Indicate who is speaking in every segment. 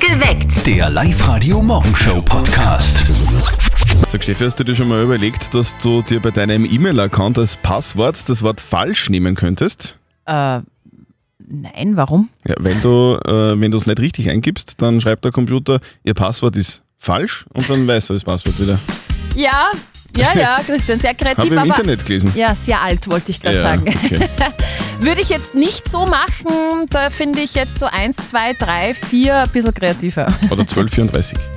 Speaker 1: Geweckt.
Speaker 2: Der Live-Radio-Morgenshow-Podcast.
Speaker 3: Sag Steffi, hast du dir schon mal überlegt, dass du dir bei deinem E-Mail-Account als Passwort das Wort falsch nehmen könntest?
Speaker 4: Äh, Nein, warum?
Speaker 3: Ja, wenn du äh, wenn du es nicht richtig eingibst, dann schreibt der Computer, ihr Passwort ist falsch und dann weiß er das Passwort wieder.
Speaker 4: Ja, ja, ja, Christian, sehr kreativ,
Speaker 3: Habe ich im Internet gelesen.
Speaker 4: ja, sehr alt, wollte ich gerade sagen.
Speaker 3: okay.
Speaker 4: Würde ich jetzt nicht so machen, da finde ich jetzt so 1, 2, 3, 4 ein bisschen kreativer.
Speaker 3: Oder 1234. Das ist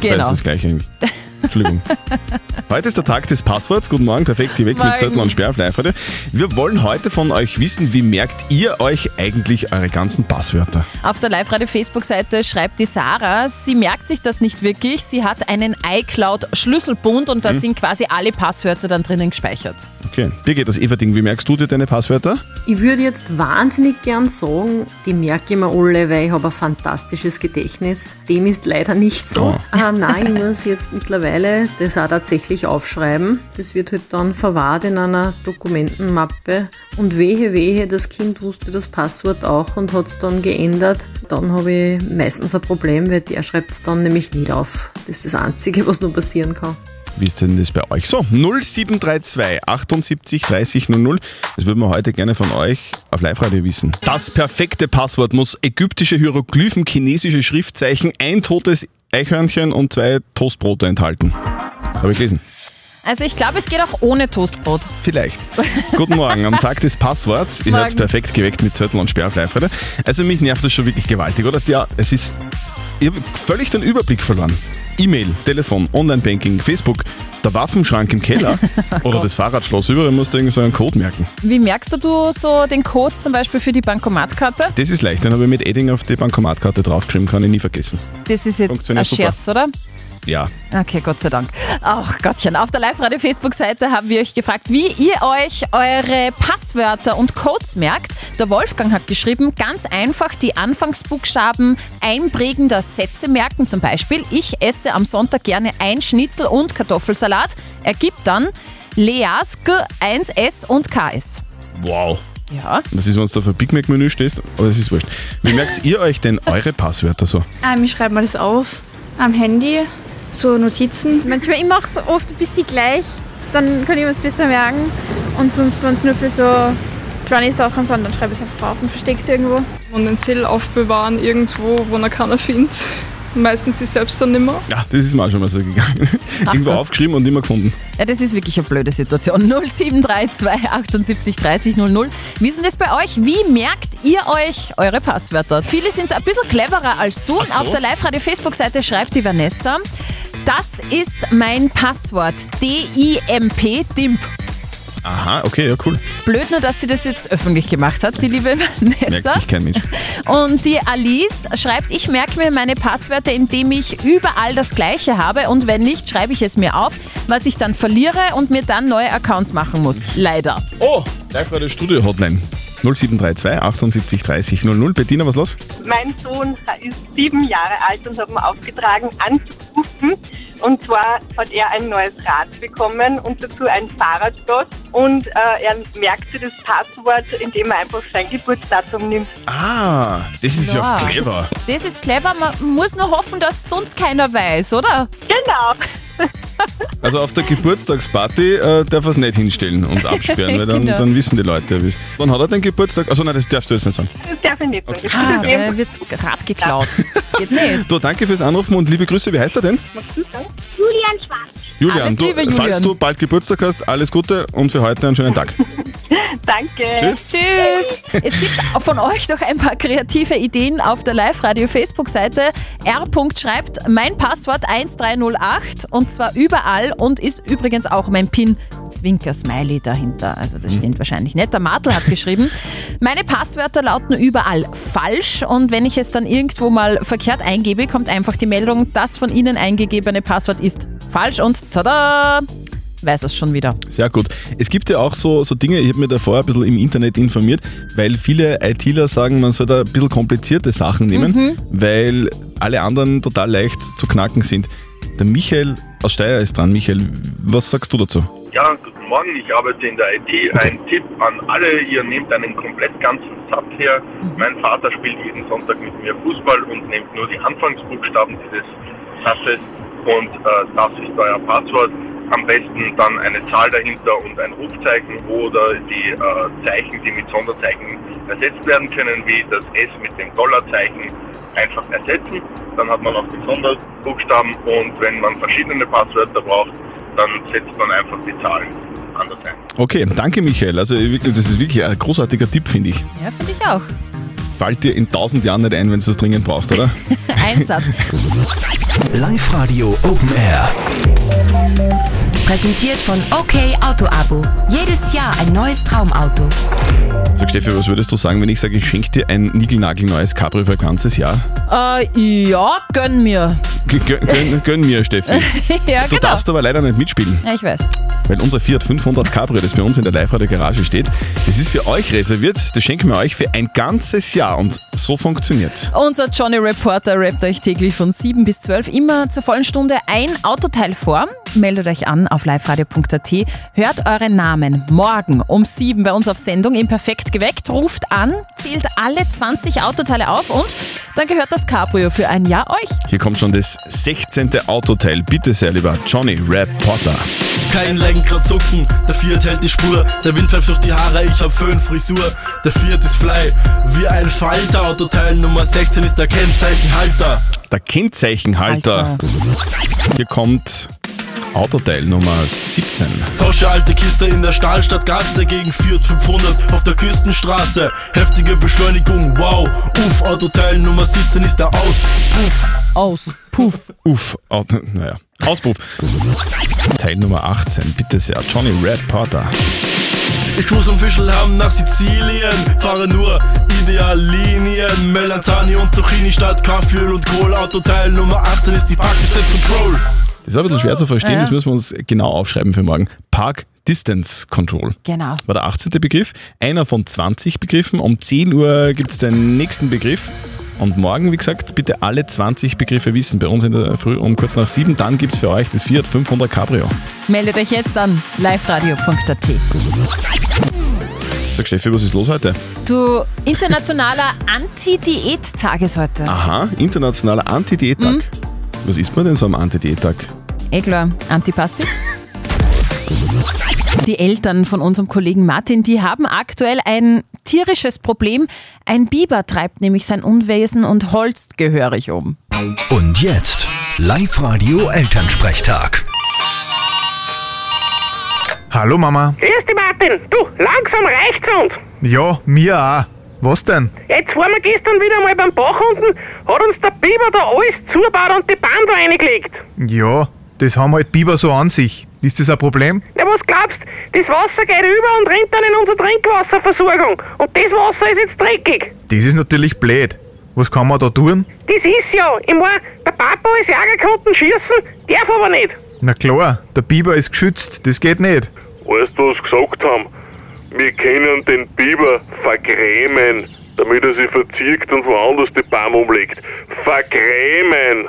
Speaker 4: Genau.
Speaker 3: das gleiche eigentlich. Entschuldigung. heute ist der Tag des Passworts. Guten Morgen, perfekt geweckt mit
Speaker 4: Morgen.
Speaker 3: Zettel und Sperr auf live heute. Wir wollen heute von euch wissen, wie merkt ihr euch eigentlich eure ganzen Passwörter?
Speaker 4: Auf der Live-Radio-Facebook-Seite schreibt die Sarah, sie merkt sich das nicht wirklich, sie hat einen iCloud-Schlüsselbund und da
Speaker 3: Mhm.
Speaker 4: sind quasi alle Passwörter dann drinnen gespeichert.
Speaker 3: Okay. Birgit, das Everding, wie merkst du dir deine Passwörter?
Speaker 5: Ich würde jetzt wahnsinnig gern sagen, die merke ich mir alle, weil ich habe ein fantastisches Gedächtnis. Dem ist leider nicht so.
Speaker 3: Oh.
Speaker 5: Ah, nein, ich muss jetzt mittlerweile das auch tatsächlich aufschreiben. Das wird halt dann verwahrt in einer Dokumentenmappe. Und wehe, wehe, das Kind wusste das Passwort auch und hat es dann geändert. Dann habe ich meistens ein Problem, weil der schreibt es dann nämlich nicht auf. Das ist das Einzige, was nur passieren kann.
Speaker 3: Wie ist denn das bei euch so? 0732 78 30 00. Das würden wir heute gerne von euch auf Live-Radio wissen. Das perfekte Passwort muss ägyptische Hieroglyphen, chinesische Schriftzeichen, ein totes Eichhörnchen und zwei Toastbrote enthalten. Habe ich gelesen.
Speaker 4: Also ich glaube, es geht auch ohne Toastbrot.
Speaker 3: Vielleicht. Guten Morgen, am Tag des Passworts. Ihr hört
Speaker 4: Morgen.
Speaker 3: perfekt geweckt mit Zettel und Sperr auf live -Radar. Also mich nervt das schon wirklich gewaltig, oder? Ja, es ist... Ich habe völlig den Überblick verloren. E-Mail, Telefon, Online-Banking, Facebook, der Waffenschrank im Keller
Speaker 4: Oh
Speaker 3: oder das Fahrradschloss. Überall musst du irgend so einen Code merken.
Speaker 4: Wie merkst du, du so den Code zum Beispiel für die Bankomatkarte?
Speaker 3: Das ist leicht, den habe ich mit Edding auf die Bankomatkarte draufgeschrieben, kann ich nie vergessen.
Speaker 4: Das ist jetzt ein
Speaker 3: Funktioniert super.
Speaker 4: Scherz, oder?
Speaker 3: Ja,
Speaker 4: Okay, Gott sei Dank. Ach Gottchen, auf der Live-Radio-Facebook-Seite haben wir euch gefragt, wie ihr euch eure Passwörter und Codes merkt. Der Wolfgang hat geschrieben, ganz einfach die Anfangsbuchstaben einprägender Sätze merken. Zum Beispiel, ich esse am Sonntag gerne ein Schnitzel und Kartoffelsalat. Ergibt dann Leask 1S und KS.
Speaker 3: wow.
Speaker 4: Ja.
Speaker 3: Was ist, wenn du auf ein Big Mac-Menü stehst? Aber es ist wurscht. Wie merkt ihr euch denn eure Passwörter so?
Speaker 6: Ähm, ich schreibe mir das auf am Handy, so Notizen.
Speaker 7: Manchmal, ich mache es oft ein bisschen gleich, dann kann ich mir es besser merken. Und sonst, wenn es nur für so kleine Sachen sind, dann schreibe ich es einfach auf und verstecke es irgendwo.
Speaker 8: und den Zettel aufbewahren irgendwo, wo er keiner findet. Meistens ich selbst dann nicht mehr.
Speaker 3: Ja, das ist mir auch schon mal so gegangen. Irgendwo aufgeschrieben und immer gefunden.
Speaker 4: Ja, das ist wirklich eine blöde Situation. 0732 78 30 00. Wie ist denn das bei euch? Wie merkt ihr euch eure Passwörter? Viele sind ein bisschen cleverer als du.
Speaker 3: Ach so.
Speaker 4: Auf der Live-Radio-Facebook-Seite schreibt die Vanessa, das ist mein Passwort. D-I-M-P, DIMP.
Speaker 3: Aha, okay, ja, cool.
Speaker 4: Blöd nur, dass sie das jetzt öffentlich gemacht hat, die liebe
Speaker 3: Merkt
Speaker 4: Vanessa.
Speaker 3: sich kein Mensch.
Speaker 4: Und die Alice schreibt, ich merke mir meine Passwörter, indem ich überall das gleiche habe und wenn nicht, schreibe ich es mir auf, was ich dann verliere und mir dann neue Accounts machen muss. Leider.
Speaker 3: Oh, live Radio Studio Hotline. 0732 78 30 00. Bettina, was los?
Speaker 9: Mein Sohn ist sieben Jahre alt und hat mir aufgetragen, anzurufen. Und zwar hat er ein neues Rad bekommen und dazu ein Fahrradschloss. Und äh, er merkte das Passwort, indem er einfach sein Geburtsdatum nimmt.
Speaker 3: Ah, das ist ja,
Speaker 4: Ja.
Speaker 3: clever.
Speaker 4: Das ist clever, man muss nur hoffen, dass sonst keiner weiß, oder?
Speaker 9: Genau.
Speaker 3: Also auf der Geburtstagsparty äh, darf er es nicht hinstellen und absperren, weil dann,
Speaker 4: Genau.
Speaker 3: dann wissen die Leute, wie es Wann hat er den Geburtstag? Also nein, das darfst du jetzt nicht sagen.
Speaker 9: Das darf ich nicht sagen.
Speaker 4: Ah, da wird's grad geklaut. Das geht nicht.
Speaker 3: Du, danke fürs Anrufen und liebe Grüße. Wie heißt er denn?
Speaker 7: Julian Schwarz.
Speaker 3: Julian,
Speaker 4: Alles
Speaker 3: du,
Speaker 4: Liebe, Julian.
Speaker 3: falls du bald Geburtstag hast, alles Gute und für heute einen schönen Tag.
Speaker 9: Danke.
Speaker 3: Tschüss.
Speaker 4: Tschüss. Es gibt von euch noch ein paar kreative Ideen auf der Live-Radio-Facebook-Seite. R. schreibt mein Passwort 1308 und zwar überall und ist übrigens auch mein PIN. Zwinker-Smiley dahinter. Also das stimmt wahrscheinlich nicht. Der Martel hat geschrieben, meine Passwörter lauten überall falsch und wenn ich es dann irgendwo mal verkehrt eingebe, kommt einfach die Meldung, das von Ihnen eingegebene Passwort ist falsch und tada, weiß es schon wieder.
Speaker 3: Sehr gut. Es gibt ja auch so, so Dinge, ich habe mir da vorher ein bisschen im Internet informiert, weil viele ITler sagen, man soll da ein bisschen komplizierte Sachen nehmen,
Speaker 4: Mhm.
Speaker 3: weil alle anderen total leicht zu knacken sind. Der Michael aus Steyr ist dran. Michael, was sagst du dazu?
Speaker 1: Ja, guten Morgen, ich arbeite in der IT. Ein Tipp an alle, ihr nehmt einen komplett ganzen Satz her. Mein Vater spielt jeden Sonntag mit mir Fußball und nehmt nur die Anfangsbuchstaben dieses Satzes und äh, das ist euer Passwort. Am besten dann eine Zahl dahinter und ein Rufzeichen oder die äh, Zeichen, die mit Sonderzeichen ersetzt werden können, wie das S mit dem Dollarzeichen einfach ersetzen. Dann hat man auch die Sonderbuchstaben und wenn man verschiedene Passwörter braucht, dann setzt man einfach die Zahlen anders ein.
Speaker 3: Okay, danke Michael. Also wirklich, das ist wirklich ein großartiger Tipp, finde ich.
Speaker 4: Ja, finde ich auch.
Speaker 3: Fällt dir in tausend Jahren nicht ein, wenn du das dringend brauchst, oder?
Speaker 4: Einsatz.
Speaker 2: Live-Radio Open Air.
Speaker 10: Präsentiert von OK Auto Abo. Jedes Jahr ein neues Traumauto.
Speaker 3: So Steffi, was würdest du sagen, wenn ich sage, ich schenke dir ein niegelnagelneues Cabrio für ein ganzes Jahr?
Speaker 4: äh, ja, gönn mir.
Speaker 3: G- Gönn, gönn, gönn mir, Steffi.
Speaker 4: ja,
Speaker 3: Du
Speaker 4: genau.
Speaker 3: darfst aber leider nicht mitspielen,
Speaker 4: Ja, ich weiß.
Speaker 3: weil unser Fiat 500 Cabrio, das bei uns in der Live-Radio-Garage steht, das ist für euch reserviert. Das schenken wir euch für ein ganzes Jahr und so funktioniert's.
Speaker 4: Unser Johnny Reporter rappt euch täglich von 7 bis 12 immer zur vollen Stunde ein Autoteil vor. Meldet euch an auf liveradio.at. Hört euren Namen morgen um 7 bei uns auf Sendung im Perfekt geweckt. Ruft an, zählt alle 20 Autoteile auf und dann gehört das Cabrio für ein Jahr euch.
Speaker 3: Hier kommt schon das 16. Autoteil. Bitte sehr, lieber Johnny Reporter.
Speaker 2: Kein Lenker zucken, der Fiat hält die Spur. Der Wind pfeift durch die Haare, ich hab Föhnfrisur. Der Fiat ist fly, wie ein Falter. Autoteil Nummer 16 ist der Kennzeichenhalter.
Speaker 3: Der Kennzeichenhalter. Hier kommt Autoteil Nummer 17.
Speaker 2: Porsche alte Kiste in der Stahlstadtgasse gegen Fiat 500 auf der Küstenstraße. Heftige Beschleunigung, wow. Uff, Autoteil Nummer 17 ist der Auspuff.
Speaker 4: Aus. Puff.
Speaker 3: Uff, Auto, naja. Auspuff. Teil Nummer 18, bitte sehr. Johnny Reporter.
Speaker 2: Ich muss um Fischl haben nach Sizilien, fahre nur Ideallinien. Melanzani und Zucchini statt Kaffeeöl und Kohle. Autoteil Nummer 18 ist die Park Distance Control.
Speaker 3: Das war ein bisschen schwer zu verstehen,
Speaker 4: Ja.
Speaker 3: das müssen wir uns genau aufschreiben für morgen. Park Distance Control.
Speaker 4: Genau.
Speaker 3: War der 18. Begriff, einer von 20 Begriffen. Um 10 Uhr gibt es den nächsten Begriff. Und morgen, wie gesagt, bitte alle 20 Begriffe wissen. Bei uns in der Früh um kurz nach 7. Dann gibt es für euch das Fiat 500 Cabrio.
Speaker 4: Meldet euch jetzt an liveradio.at.
Speaker 3: Sag Steffi, was ist los heute?
Speaker 4: Du, internationaler Anti-Diät-Tag ist heute.
Speaker 3: Aha, internationaler Anti-Diät-Tag. Was isst man denn so am Anti-Diät-Tag?
Speaker 4: Eh klar, Antipasti. Die Eltern von unserem Kollegen Martin, die haben aktuell ein tierisches Problem. Ein Biber treibt nämlich sein Unwesen und holzt gehörig um.
Speaker 2: Und jetzt Live-Radio Elternsprechtag.
Speaker 11: Hallo Mama.
Speaker 9: Grüß dich, Martin. Du, langsam reicht's uns.
Speaker 11: Ja, mir auch. Was denn?
Speaker 9: Jetzt waren wir gestern wieder mal beim Bach unten, hat uns der Biber da alles zugebaut und die Bande reingelegt.
Speaker 11: Ja, das haben halt Biber so an sich. Ist das ein Problem?
Speaker 9: Ja, was glaubst, das Wasser geht über und rinnt dann in unsere Trinkwasserversorgung. Und das Wasser ist jetzt dreckig.
Speaker 11: Das ist natürlich blöd. Was kann man da tun?
Speaker 9: Das ist ja, ich mein, der Papa ist Jäger konnten schießen, darf aber nicht.
Speaker 11: Na klar, der Biber ist geschützt, das geht nicht.
Speaker 1: Weißt du, was sie gesagt haben? Wir können den Biber vergrämen, damit er sich verzieht und woanders die Baum umlegt. Vergrämen!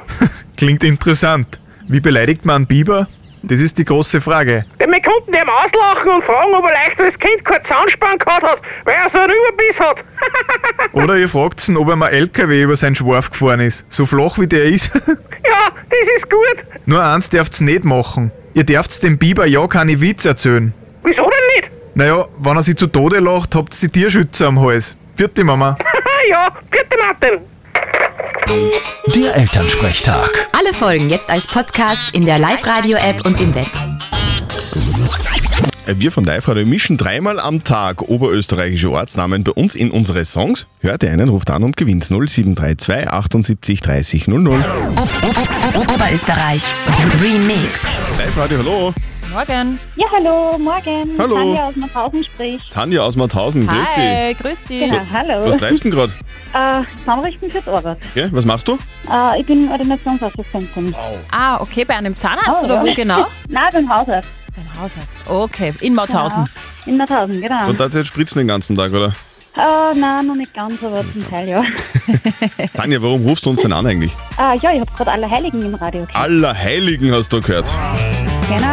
Speaker 11: Klingt interessant. Wie beleidigt man einen Biber? Das ist die große Frage.
Speaker 9: Denn wir konnten dem auslachen und fragen, ob er leichteres Kind keinen Zahnspann gehabt hat, weil er so einen Überbiss hat.
Speaker 11: Oder ihr fragt ihn, ob ihm ein LKW über seinen Schwarf gefahren ist. So flach wie der ist.
Speaker 9: ja, das ist gut.
Speaker 11: Nur eins dürft's nicht machen. Ihr dürft's dem Biber ja keine Witze erzählen.
Speaker 9: Wieso denn nicht?
Speaker 11: Naja, wenn er sie zu Tode lacht, habt ihr Tierschützer am Hals. Vierte Mama.
Speaker 9: ja, bitte Martin.
Speaker 2: Der Elternsprechtag.
Speaker 10: Alle Folgen jetzt als Podcast in der Live-Radio-App und im Web.
Speaker 3: Äh, Wir von Live Radio mischen dreimal am Tag oberösterreichische Ortsnamen bei uns in unsere Songs. Hört ihr einen, ruft an und gewinnt 0732 78 30 00.
Speaker 10: O -O -O -O Oberösterreich. Remixed.
Speaker 3: Live Radio, hallo.
Speaker 4: Morgen.
Speaker 7: Ja, hallo, morgen.
Speaker 3: Hallo. Tanja
Speaker 7: aus Mauthausen spricht.
Speaker 3: Tanja aus Mauthausen, grüß dich.
Speaker 4: Hi, grüß dich.
Speaker 7: hallo.
Speaker 3: Was treibst du denn gerade?
Speaker 7: Äh, Zahnrichten für die Arbeit.
Speaker 3: Gell? Was machst du?
Speaker 7: Äh, ich bin Ordinationsassistentin.
Speaker 4: Ah, okay, bei einem Zahnarzt
Speaker 7: Oh,
Speaker 4: oder
Speaker 7: ja.
Speaker 4: wo genau?
Speaker 7: Nein, beim Hausarzt.
Speaker 4: Beim Hausarzt. Okay, in Mauthausen.
Speaker 7: In Mauthausen,
Speaker 9: Ah.
Speaker 7: genau.
Speaker 3: Und da jetzt spritzen den ganzen Tag, oder?
Speaker 7: Äh, nein, noch nicht ganz, aber zum Teil ja.
Speaker 3: Tanja, warum rufst du uns denn an eigentlich?
Speaker 7: Äh, ja, ich hab gerade alle Heiligen im Radio gehört. Ah,
Speaker 3: Allerheiligen hast du gehört.
Speaker 7: Genau.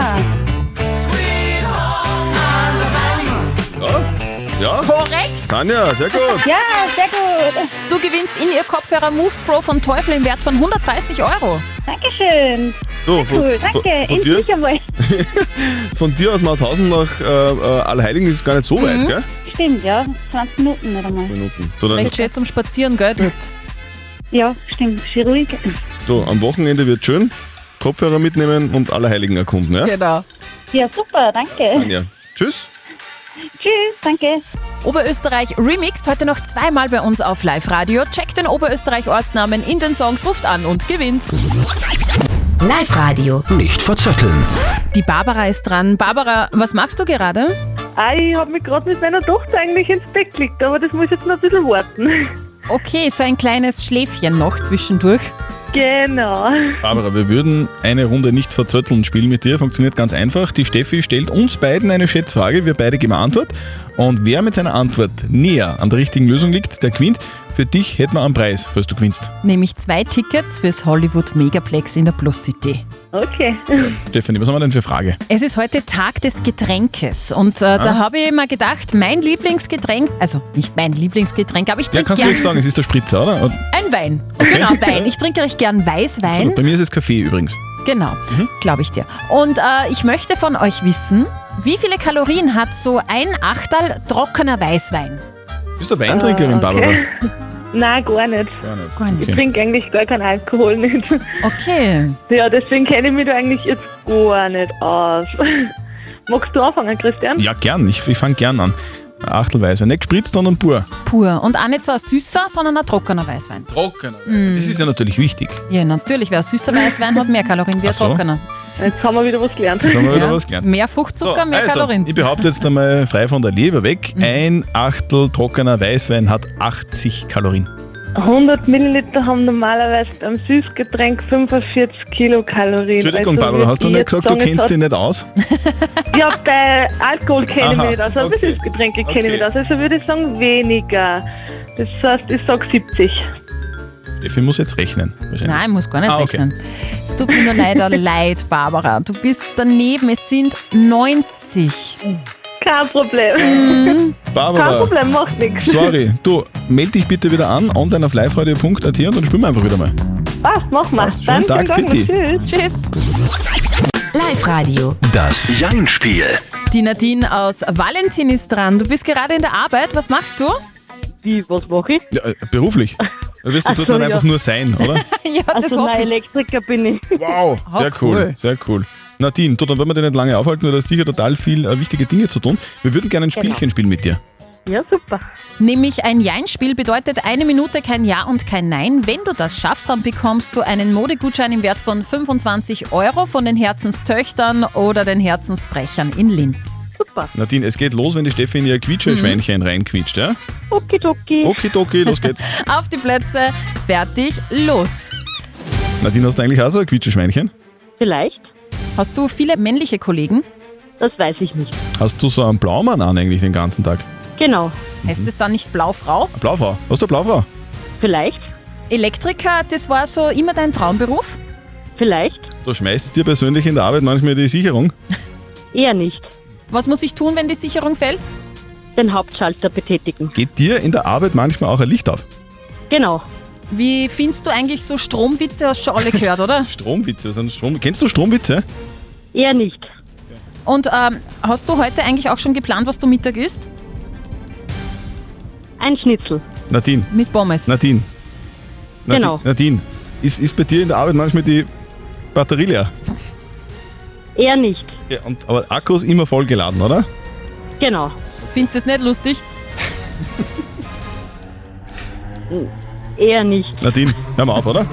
Speaker 3: Ja?
Speaker 10: Genau.
Speaker 4: Korrekt.
Speaker 3: Tanja, sehr gut.
Speaker 4: Ja, sehr gut. Du gewinnst in ihr Kopfhörer Move Pro von Teufel im Wert von 130 Euro.
Speaker 12: Dankeschön.
Speaker 3: Du, von,
Speaker 12: Cool,
Speaker 3: von,
Speaker 12: danke.
Speaker 3: von, dir,
Speaker 12: Endlich einmal.
Speaker 3: von dir aus Mauthausen nach äh, äh, Allerheiligen ist gar nicht so weit, gell?
Speaker 12: Stimmt, ja. 20 Minuten nicht einmal.
Speaker 3: Minuten. So,
Speaker 4: Das ist
Speaker 3: dann,
Speaker 4: recht schön zum Spazieren, gell? Dort.
Speaker 12: Ja, stimmt. Schön ruhig.
Speaker 3: du, am Wochenende wird schön. Kopfhörer mitnehmen und Allerheiligen erkunden, ja?
Speaker 4: Genau.
Speaker 12: Ja, super. Danke.
Speaker 3: Tanja. Tschüss.
Speaker 12: Tschüss. Danke.
Speaker 4: Oberösterreich Remixed heute noch zweimal bei uns auf Live-Radio. Checkt den Oberösterreich-Ortsnamen in den Songs, ruft an und gewinnt.
Speaker 10: Live-Radio.
Speaker 13: Nicht verzetteln.
Speaker 4: Die Barbara ist dran. Barbara, was machst du gerade?
Speaker 14: Ah, ich habe mich gerade mit meiner Tochter eigentlich ins Bett gelegt, aber das muss jetzt noch ein bisschen warten.
Speaker 4: Okay, so ein kleines Schläfchen noch zwischendurch.
Speaker 14: Genau.
Speaker 3: Barbara, wir würden eine Runde nicht verzötteln spielen mit dir. Funktioniert ganz einfach. Die Steffi stellt uns beiden eine Schätzfrage, wir beide geben eine Antwort. Und wer mit seiner Antwort näher an der richtigen Lösung liegt, der gewinnt. Für dich hätten wir einen Preis, falls du gewinnst.
Speaker 4: Nämlich zwei Tickets fürs Hollywood Megaplex in der Plus City.
Speaker 14: Okay.
Speaker 3: Stefanie, was haben wir denn für Frage?
Speaker 4: Es ist heute Tag des Getränkes und äh, da
Speaker 3: Ah.
Speaker 4: habe ich mal gedacht, mein Lieblingsgetränk, also nicht mein Lieblingsgetränk, aber ich
Speaker 3: Ja,
Speaker 4: trinke
Speaker 3: kannst du
Speaker 4: gern
Speaker 3: ruhig sagen, es ist der Spritzer, oder? Und-
Speaker 4: ein Wein.
Speaker 3: Okay.
Speaker 4: Genau, Wein. Ich trinke recht gern Weißwein.
Speaker 3: Bei mir ist es Kaffee übrigens.
Speaker 4: Genau,
Speaker 3: Mhm.
Speaker 4: glaube ich dir. Und äh, ich möchte von euch wissen, wie viele Kalorien hat so ein Achtel trockener Weißwein?
Speaker 3: Bist du Weintrinkerin,
Speaker 14: Ah, okay.
Speaker 3: Barbara?
Speaker 14: Nein, gar nicht.
Speaker 3: Gar
Speaker 14: Ich trinke eigentlich gar keinen Alkohol nicht.
Speaker 4: Okay.
Speaker 14: Ja, deswegen kenne ich mich da eigentlich jetzt gar nicht aus. Magst du anfangen, Christian?
Speaker 3: Ja, gern. Ich, ich fange gern an. Ein Achtel Weißwein. Nicht gespritzt, sondern pur.
Speaker 4: Pur. Und auch nicht so ein süßer, sondern ein trockener Weißwein.
Speaker 3: Trockener.
Speaker 14: Hm.
Speaker 4: Mm.
Speaker 3: Das ist ja natürlich wichtig.
Speaker 4: Ja, natürlich, wer ein süßer Weißwein hat, mehr Kalorien wie ein
Speaker 3: Ach so.
Speaker 4: trockener.
Speaker 14: Jetzt haben wir wieder was gelernt.
Speaker 3: Jetzt haben wir wieder was gelernt.
Speaker 4: Mehr Fruchtzucker, mehr
Speaker 3: also,
Speaker 4: Kalorien.
Speaker 3: Ich behaupte jetzt einmal frei von der Leber weg.
Speaker 14: Mhm.
Speaker 3: Ein Achtel trockener Weißwein hat 80 Kalorien.
Speaker 14: 100 Milliliter haben normalerweise beim Süßgetränk 45 Kilokalorien.
Speaker 3: Entschuldigung,
Speaker 14: Also
Speaker 3: Barbara,
Speaker 14: würd
Speaker 3: hast du
Speaker 14: ich
Speaker 3: nicht
Speaker 14: jetzt
Speaker 3: gesagt, du
Speaker 14: sagen, es
Speaker 3: kennst
Speaker 14: hat-
Speaker 3: dich nicht aus?
Speaker 14: Ja, bei Alkohol kenne ich
Speaker 3: Aha,
Speaker 14: mich nicht aus, Also, aber bei Süßgetränke kenne ich mich aus. Also würde ich sagen, weniger. Das heißt, ich sage 70.
Speaker 3: Steffi muss jetzt rechnen. wahrscheinlich.
Speaker 4: Nein, muss gar nicht
Speaker 3: Ah, okay.
Speaker 4: rechnen. Es tut mir nur leider leid, Barbara. Du bist daneben, es sind 90.
Speaker 14: Kein Problem.
Speaker 3: Barbara.
Speaker 14: Kein Problem, macht nichts.
Speaker 3: Sorry, du, melde dich bitte wieder an, online auf liveradio.at und dann spielen wir einfach wieder mal.
Speaker 14: Passt, Ah, mach mal.
Speaker 3: Schönen
Speaker 14: Dann
Speaker 3: Tag,
Speaker 14: vielen Dank
Speaker 3: Fitti.
Speaker 14: und Tschüss.
Speaker 10: Live-Radio.
Speaker 13: Das Jein-Spiel.
Speaker 4: Die Nadine aus Valentin ist dran. Du bist gerade in der Arbeit. Was machst du?
Speaker 14: Wie, was mache ich?
Speaker 3: Ja, äh, beruflich. Da wirst du
Speaker 14: Ach
Speaker 3: dort
Speaker 14: so,
Speaker 3: dann einfach
Speaker 14: ja.
Speaker 3: nur sein, oder?
Speaker 4: ja,
Speaker 14: also
Speaker 4: hoffe
Speaker 14: nein,
Speaker 4: ich.
Speaker 14: Elektriker bin ich.
Speaker 3: Wow. Sehr cool. sehr cool. Nadine, du, dann wollen wir dich nicht lange aufhalten, weil da ist sicher total viel äh, wichtige Dinge zu tun. Wir würden gerne ein
Speaker 14: Genau.
Speaker 3: Spielchen spielen mit dir.
Speaker 14: Ja, super.
Speaker 4: Nämlich ein Jein-Spiel bedeutet eine Minute kein Ja und kein Nein. Wenn du das schaffst, dann bekommst du einen Modegutschein im Wert von 25 Euro von den Herzenstöchtern oder den Herzensbrechern in Linz.
Speaker 3: Nadine, es geht los, wenn die Steffi in ihr Quietscherschweinchen
Speaker 4: Mhm.
Speaker 3: reinquietscht, ja?
Speaker 14: Okidoki.
Speaker 3: Okidoki, los geht's.
Speaker 4: Auf die Plätze, fertig, los.
Speaker 3: Nadine, hast du eigentlich auch so ein Quietscherschweinchen?
Speaker 4: Vielleicht. Hast du viele männliche Kollegen? Das weiß ich nicht.
Speaker 3: Hast du so einen Blaumann an eigentlich den ganzen Tag?
Speaker 4: Genau. Heißt es dann nicht Blaufrau?
Speaker 3: Eine Blaufrau. Hast du eine Blaufrau?
Speaker 4: Vielleicht. Elektriker, das war so immer dein Traumberuf? Vielleicht.
Speaker 3: Du schmeißt dir persönlich in der Arbeit manchmal die Sicherung.
Speaker 4: Eher nicht. Was muss ich tun, wenn die Sicherung fällt? Den Hauptschalter betätigen.
Speaker 3: Geht dir in der Arbeit manchmal auch ein Licht auf?
Speaker 4: Genau. Wie findest du eigentlich so Stromwitze aus Schorle gehört, oder?
Speaker 3: Stromwitze, was sind Strom? Kennst du Stromwitze?
Speaker 4: Eher nicht. Und ähm, hast du heute eigentlich auch schon geplant, was du Mittag isst? Ein Schnitzel.
Speaker 3: Nadine.
Speaker 4: Mit Pommes.
Speaker 3: Nadine. Nadi-
Speaker 4: Genau.
Speaker 3: Nadine, ist, ist bei dir in der Arbeit manchmal die Batterie leer?
Speaker 4: Eher nicht.
Speaker 3: Ja, und, aber Akku ist immer vollgeladen, oder?
Speaker 4: Genau. Findest du es nicht lustig?
Speaker 14: Eher nicht.
Speaker 3: Nadine, hör mal auf, oder?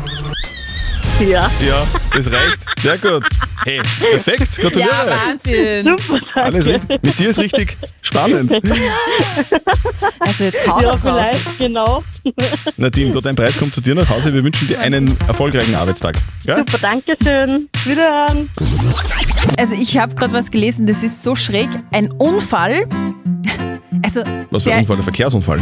Speaker 14: Ja.
Speaker 3: Ja, das reicht. Sehr gut. Hey, perfekt. Gratuliere.
Speaker 14: Super, danke.
Speaker 3: Alles richtig. Mit dir ist richtig spannend.
Speaker 4: Also jetzt
Speaker 14: ja,
Speaker 4: hau das raus.
Speaker 14: vielleicht, genau.
Speaker 3: Nadine, dort dein Preis kommt zu dir nach Hause. Wir wünschen dir einen erfolgreichen Arbeitstag. Ja?
Speaker 14: Super, Oh, danke schön. Wiederhören.
Speaker 4: Also ich habe gerade was gelesen, das ist so schräg. Ein Unfall. Also
Speaker 3: Was für ein
Speaker 4: der-
Speaker 3: Unfall, ein Verkehrsunfall.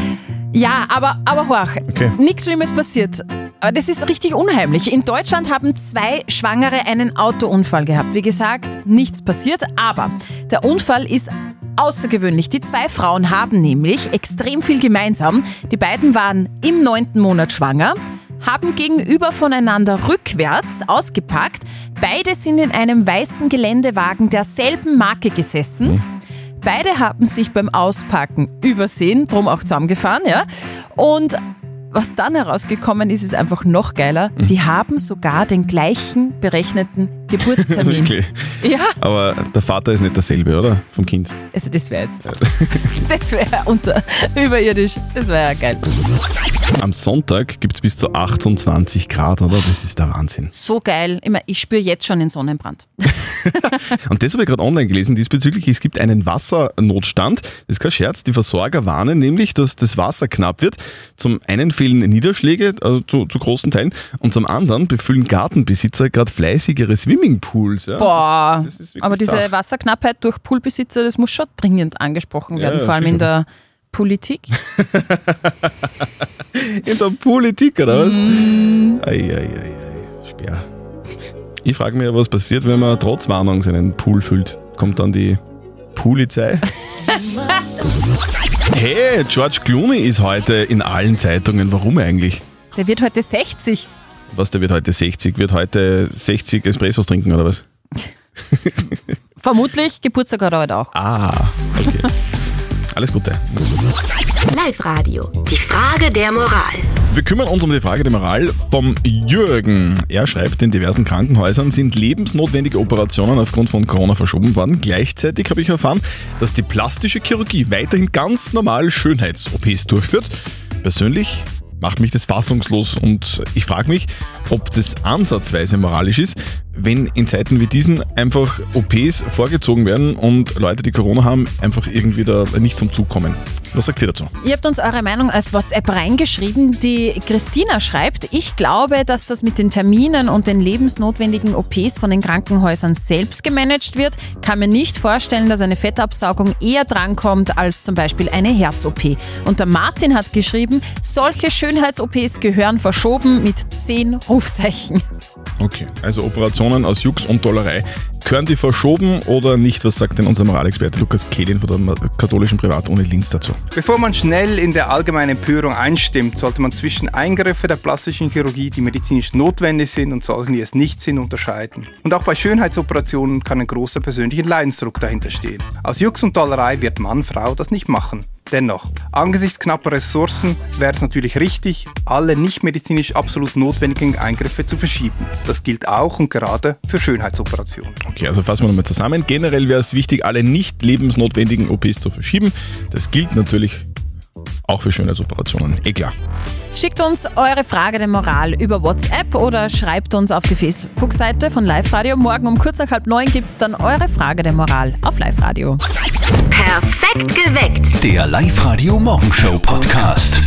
Speaker 4: Ja, aber, aber horch,
Speaker 3: Okay.
Speaker 4: nichts Schlimmes passiert. Aber das ist richtig unheimlich. In Deutschland haben zwei Schwangere einen Autounfall gehabt. Wie gesagt, nichts passiert, aber der Unfall ist außergewöhnlich. Die zwei Frauen haben nämlich extrem viel gemeinsam. Die beiden waren im neunten Monat schwanger, haben gegenüber voneinander rückwärts ausgepackt. Beide sind in einem weißen Geländewagen derselben Marke gesessen. Beide haben sich beim Auspacken übersehen, drum auch zusammengefahren, ja. Und was dann herausgekommen ist, ist einfach noch geiler.
Speaker 3: Mhm.
Speaker 4: Die haben sogar den gleichen berechneten Geburtstermin.
Speaker 3: Wirklich.
Speaker 4: Ja,
Speaker 3: Aber der Vater ist nicht derselbe, oder? Vom Kind.
Speaker 4: also das wäre jetzt. Das wäre unter überirdisch. Das wäre ja geil.
Speaker 3: Am Sonntag gibt es bis zu 28 Grad, oder? Das ist der Wahnsinn.
Speaker 4: So geil. Ich, mein, ich spüre jetzt schon den Sonnenbrand.
Speaker 3: Und das habe ich gerade online gelesen diesbezüglich. Es gibt einen Wassernotstand. Das ist kein Scherz. Die Versorger warnen nämlich, dass das Wasser knapp wird. Zum einen fehlen Niederschläge, also zu, zu großen Teilen, und zum anderen befüllen Gartenbesitzer gerade fleißigere Swimmingpools. Ja?
Speaker 4: Boah. Aber diese
Speaker 3: Sache.
Speaker 4: Wasserknappheit durch Poolbesitzer, das muss schon dringend angesprochen
Speaker 3: Ja,
Speaker 4: werden,
Speaker 3: ja,
Speaker 4: vor allem in
Speaker 3: sicher.
Speaker 4: der Politik.
Speaker 3: In der Politik, oder was? Eieiei, Speer. Ich frage mich ja, was passiert, wenn man trotz Warnung seinen Pool füllt. Kommt dann die Polizei? hey, George Clooney ist heute in allen Zeitungen. Warum eigentlich?
Speaker 4: Der wird heute 60.
Speaker 3: Was, der wird heute 60? Wird heute 60 Espressos trinken, oder was?
Speaker 4: Vermutlich Geburtstag hat er heute auch.
Speaker 3: Ah, okay. Alles Gute.
Speaker 10: Live-Radio. Die Frage der Moral.
Speaker 3: Wir kümmern uns um die Frage der Moral vom Jürgen. Er schreibt, in diversen Krankenhäusern sind lebensnotwendige Operationen aufgrund von Corona verschoben worden. Gleichzeitig habe ich erfahren, dass die plastische Chirurgie weiterhin ganz normal Schönheits-OPs durchführt. Persönlich macht mich das fassungslos und ich frage mich, ob das ansatzweise moralisch ist, wenn in Zeiten wie diesen einfach OPs vorgezogen werden und Leute, die Corona haben, einfach irgendwie da nicht zum Zug kommen. Was sagt ihr dazu?
Speaker 4: Ihr habt uns eure Meinung als WhatsApp reingeschrieben. Die Christina schreibt, ich glaube, dass das mit den Terminen und den lebensnotwendigen OPs von den Krankenhäusern selbst gemanagt wird. Kann mir nicht vorstellen, dass eine Fettabsaugung eher drankommt als zum Beispiel eine Herz-OP. Und der Martin hat geschrieben, solche Schönheits-OPs gehören verschoben mit zehn Rufzeichen.
Speaker 3: Okay, also Operationen aus Jux und Dollerei. Gehören die verschoben oder nicht? Was sagt denn unser Moralexperte Lukas Kehlin von der Ma- katholischen Privatuni Linz dazu?
Speaker 15: Bevor man schnell in der allgemeinen Empörung einstimmt, sollte man zwischen Eingriffen der plastischen Chirurgie, die medizinisch notwendig sind und solchen, die es nicht sind, unterscheiden. Und auch bei Schönheitsoperationen kann ein großer persönlicher Leidensdruck dahinter stehen. Aus Jux und Dollerei wird Mann, Frau das nicht machen. Dennoch, angesichts knapper Ressourcen wäre es natürlich richtig, alle nicht medizinisch absolut notwendigen Eingriffe zu verschieben. Das gilt auch und gerade für Schönheitsoperationen.
Speaker 3: Okay, also fassen wir nochmal zusammen. Generell wäre es wichtig, alle nicht lebensnotwendigen OPs zu verschieben. Das gilt natürlich auch für Schönheitsoperationen. Eh klar.
Speaker 4: Schickt uns eure Frage der Moral über WhatsApp oder schreibt uns auf die Facebook-Seite von Live Radio. Morgen um kurz nach halb neun gibt's dann eure Frage der Moral auf Live Radio.
Speaker 10: Perfekt geweckt.
Speaker 13: Der Live-Radio Morgenshow Podcast.